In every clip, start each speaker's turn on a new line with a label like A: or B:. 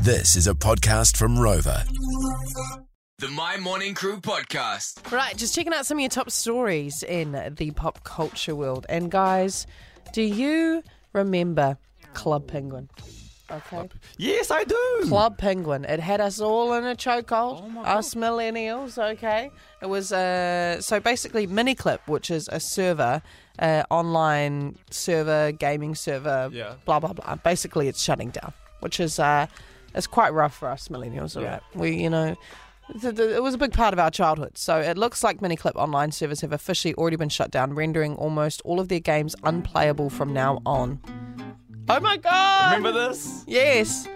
A: This is a podcast from Rover.
B: The My Morning Crew podcast.
C: Right, just checking out some of your top stories in the pop culture world. And guys, do you remember Club Penguin? Okay.
D: Yes, I do.
C: Club Penguin. It had us all in a
D: Oh
C: chokehold, us millennials, okay? It was, uh, so basically, Miniclip, which is a server, uh, online server, gaming server,
D: Yeah.
C: blah, blah, blah. Basically, it's shutting down, which is uh, it's quite rough for us millennials, all right?
D: Yeah.
C: We, you know, th- th- it was a big part of our childhood. So it looks like Miniclip online servers have officially already been shut down, rendering almost all of their games unplayable from now on. Oh my god!
D: Remember this?
C: Yes.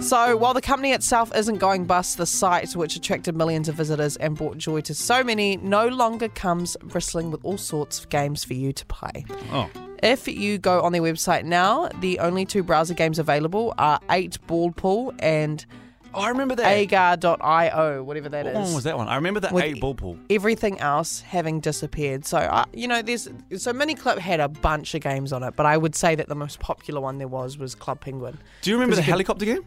C: So, while the company itself isn't going bust, the site, which attracted millions of visitors and brought joy to so many, no longer comes bristling with all sorts of games for you to play.
D: Oh.
C: If you go on their website now, the only two browser games available are 8 Ball Pool and
D: Oh, I remember that.
C: agar.io, whatever that is
D: What one was that one? I remember that
C: With-
D: eight ball pool.
C: everything else having disappeared. So uh, you know, there's so Miniclip had a bunch of games on it, but I would say that the most popular one there was was Club Penguin.
D: Do you remember the
C: Because you
D: helicopter game?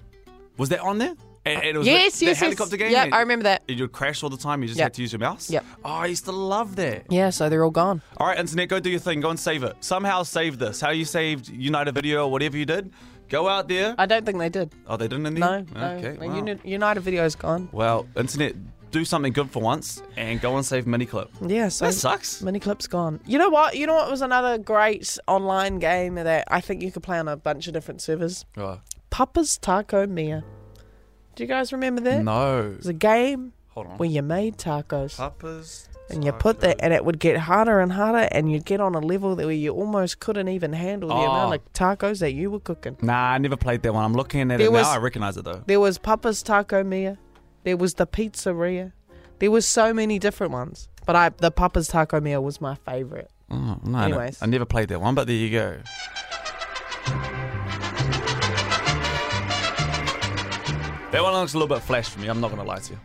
D: Was that on there? And, and it was
C: yes,
D: the,
C: yes,
D: the helicopter
C: yes.
D: game.
C: Yeah,
D: and-
C: I remember that.
D: And you'd crash all the time. You just
C: Yep.
D: had to use your mouse.
C: Yep.
D: Oh, I used to love that.
C: Yeah, so they're all gone.
D: All right, internet, go do your thing. Go and save it. Somehow save this. How you saved United Video or whatever you did. Go out there.
C: I don't think they did.
D: oh, they didn't in the
C: No,
D: end?
C: no.
D: Okay.
C: Like,
D: wow.
C: Uni- United Video's gone.
D: well, internet, do something good for once and go and save Miniclip.
C: Yeah, so
D: That sucks.
C: Miniclip's gone. You know what? You know what was another great online game that I think you could play on a bunch of different servers?
D: Oh,
C: Papa's Taco Mia. Do you guys remember that?
D: no.
C: It was a game
D: Hold on.
C: where you made tacos.
D: Papa's.
C: and you put that, and it would get harder and harder, and you'd get on a level that where you almost couldn't even handle the
D: Oh.
C: amount of tacos that you were cooking.
D: Nah, I never played that one. I'm looking at
C: There
D: it
C: was-
D: now. I recognize it though.
C: There was Papa's Taco Mia, there was the pizzeria, there was so many different ones. But I, the Papa's Taco Mia was my favorite.
D: Oh, no, I don't-
C: Anyways.
D: I never played that one, but there you go. That one looks a little bit flash for me. I'm not gonna lie to you.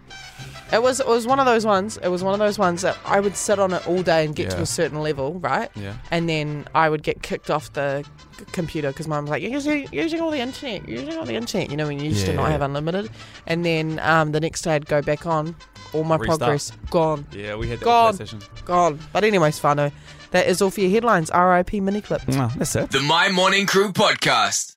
C: It was it was one of those ones. It was one of those ones that I would sit on it all day and get to
D: Yeah.
C: a certain level, right?
D: Yeah.
C: And then I would get kicked off the c- computer because mum was like, "You're using, you're using all the internet. You're using all the internet." You know, when you used to not
D: Yeah.
C: have unlimited. And then um, the next day I'd go back on, all my
D: Restart.
C: progress gone,
D: Yeah, we had that
C: Gone.
D: PlayStation.
C: gone. But anyways, Fano, that is all for your headlines. R.I.P. Miniclip.
D: No, that's it.
B: The My Morning Crew podcast.